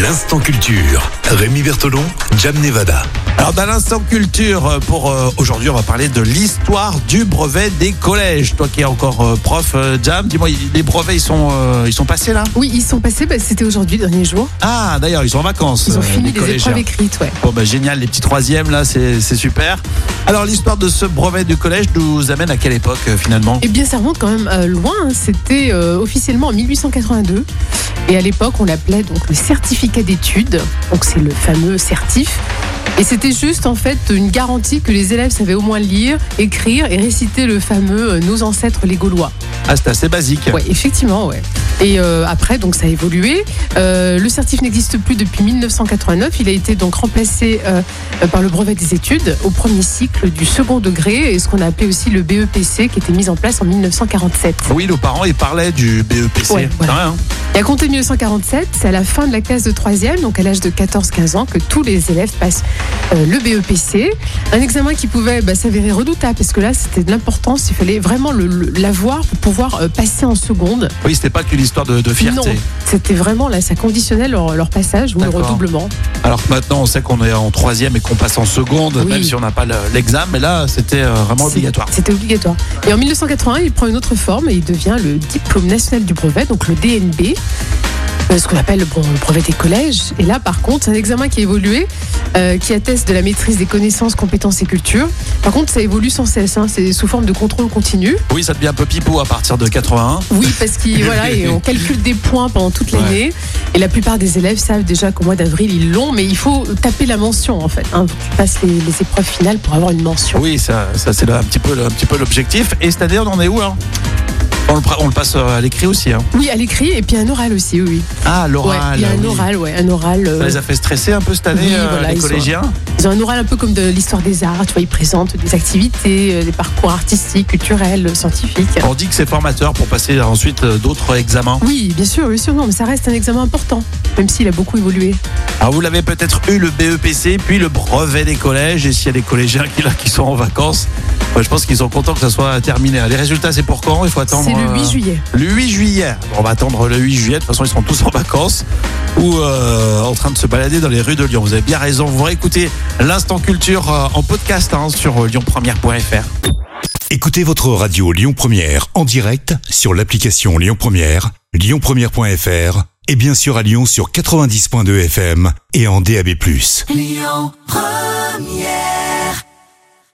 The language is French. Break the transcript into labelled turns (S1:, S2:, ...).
S1: L'instant culture. Rémi Bertolon, Jam Nevada.
S2: Alors dans l'instant culture, euh, pour euh, aujourd'hui, on va parler de l'histoire du brevet des collèges. Toi qui es encore euh, prof, euh, Jam, dis-moi, y- les brevets ils sont euh, ils sont passés là
S3: Oui, ils sont passés, bah, c'était aujourd'hui, le dernier jour.
S2: Ah d'ailleurs, ils sont en vacances.
S3: Ils ont
S2: euh,
S3: fini les
S2: collégiens.
S3: épreuves écrites, ouais.
S2: Bon bah génial, les petits troisièmes là, c'est c'est super. Alors l'histoire de ce brevet du collège nous amène à quelle époque euh, finalement
S3: Eh bien, ça remonte quand même euh, loin. hein. C'était euh, officiellement en 1882. Et à l'époque, on l'appelait donc le certificat d'études. Donc, c'est le fameux certif. Et c'était juste, en fait, une garantie que les élèves savaient au moins lire, écrire et réciter le fameux euh, Nos ancêtres les Gaulois.
S2: Ah c'est assez basique.
S3: Ouais, effectivement, ouais. Et euh, après, donc ça a évolué. Euh, le certif n'existe plus depuis 1989. Il a été donc remplacé euh, euh, par le brevet des études au premier cycle du second degré et ce qu'on a appelé aussi le BEPC qui était mis en place en 1947.
S2: Oui, nos parents ils parlaient du BEPC.
S3: Ouais, voilà.
S2: C'est vrai, hein
S3: Et à compter de 1947, c'est à la fin de la classe de troisième, donc à l'âge de 14-15 ans, que tous les élèves passent euh, le BEPC. Un examen qui pouvait bah, s'avérer redoutable parce que là, c'était de l'importance. Il fallait vraiment le- le- l'avoir pour pouvoir euh, passer en seconde.
S2: Oui, c'était pas qu'une histoire de, de fierté.
S3: Non, c'était vraiment là, ça conditionnait leur, leur passage ou le
S2: D'accord.
S3: redoublement.
S2: Alors que maintenant, on sait qu'on est en troisième et qu'on passe en seconde,
S3: Oui.
S2: même si on n'a pas le- l'examen. Mais là, c'était euh, vraiment
S3: C'est-
S2: obligatoire.
S3: C'était obligatoire. Et en 1980, il prend une autre forme et il devient le diplôme national du brevet, donc le DNB. euh, Ce qu'on appelle bon, le brevet des collèges. Et là, par contre, c'est un examen qui a évolué, euh, qui atteste de la maîtrise des connaissances, compétences et cultures. Par contre, ça évolue sans cesse. hein, c'est sous forme de contrôle continu.
S2: Oui, ça devient un peu pipeau à partir de 81.
S3: Oui, parce qu'on voilà, et on calcule des points pendant toute l'année. Et la plupart des élèves savent déjà qu'au mois d'avril, ils l'ont, mais il faut taper la mention, en fait. hein. Tu passes les, les épreuves finales pour avoir une mention.
S2: Oui, ça, ça c'est le- un petit peu le- un petit peu l'objectif. Et cette année, on en est où hein on le, pra- on le passe euh, à l'écrit aussi. hein.
S3: Oui, à l'écrit et puis un oral aussi, oui. oui.
S2: Ah,
S3: Ouais,
S2: l'oral.
S3: il y a un
S2: oui.
S3: oral, ouais, un oral. euh,
S2: Ça les a fait stresser un peu cette année,
S3: Oui,
S2: euh,
S3: voilà,
S2: les
S3: ils sont-
S2: collégiens
S3: Ils ont un oral un peu comme de l'histoire des arts, tu vois, ils présentent des activités, euh, des parcours artistiques, culturels, euh, scientifiques.
S2: On dit que c'est formateur pour passer ensuite euh, d'autres examens.
S3: Oui, bien sûr, bien sûr, non, mais ça reste un examen important, même s'il a beaucoup évolué.
S2: Alors Ah, vous l'avez peut-être eu le BEPC, puis le brevet des collèges, et s'il y a des collégiens qui, là, qui sont en vacances, moi, je pense qu'ils sont contents que ça soit terminé. Les résultats, c'est pour quand Il faut attendre.
S3: C'est le
S2: euh,
S3: 8 juillet.
S2: Le 8 juillet. Bon, On va attendre le 8 juillet. De toute façon, ils seront tous en vacances ou euh, en train de se balader dans les rues de Lyon. Vous avez bien raison. Vous réécoutez l'instant culture euh, en podcast hein, sur euh, lyonpremière.fr.
S1: Écoutez votre radio Lyon Première en direct sur l'application Lyon Première, lyonpremière.fr et bien sûr à Lyon sur 90.2 FM et en DAB+.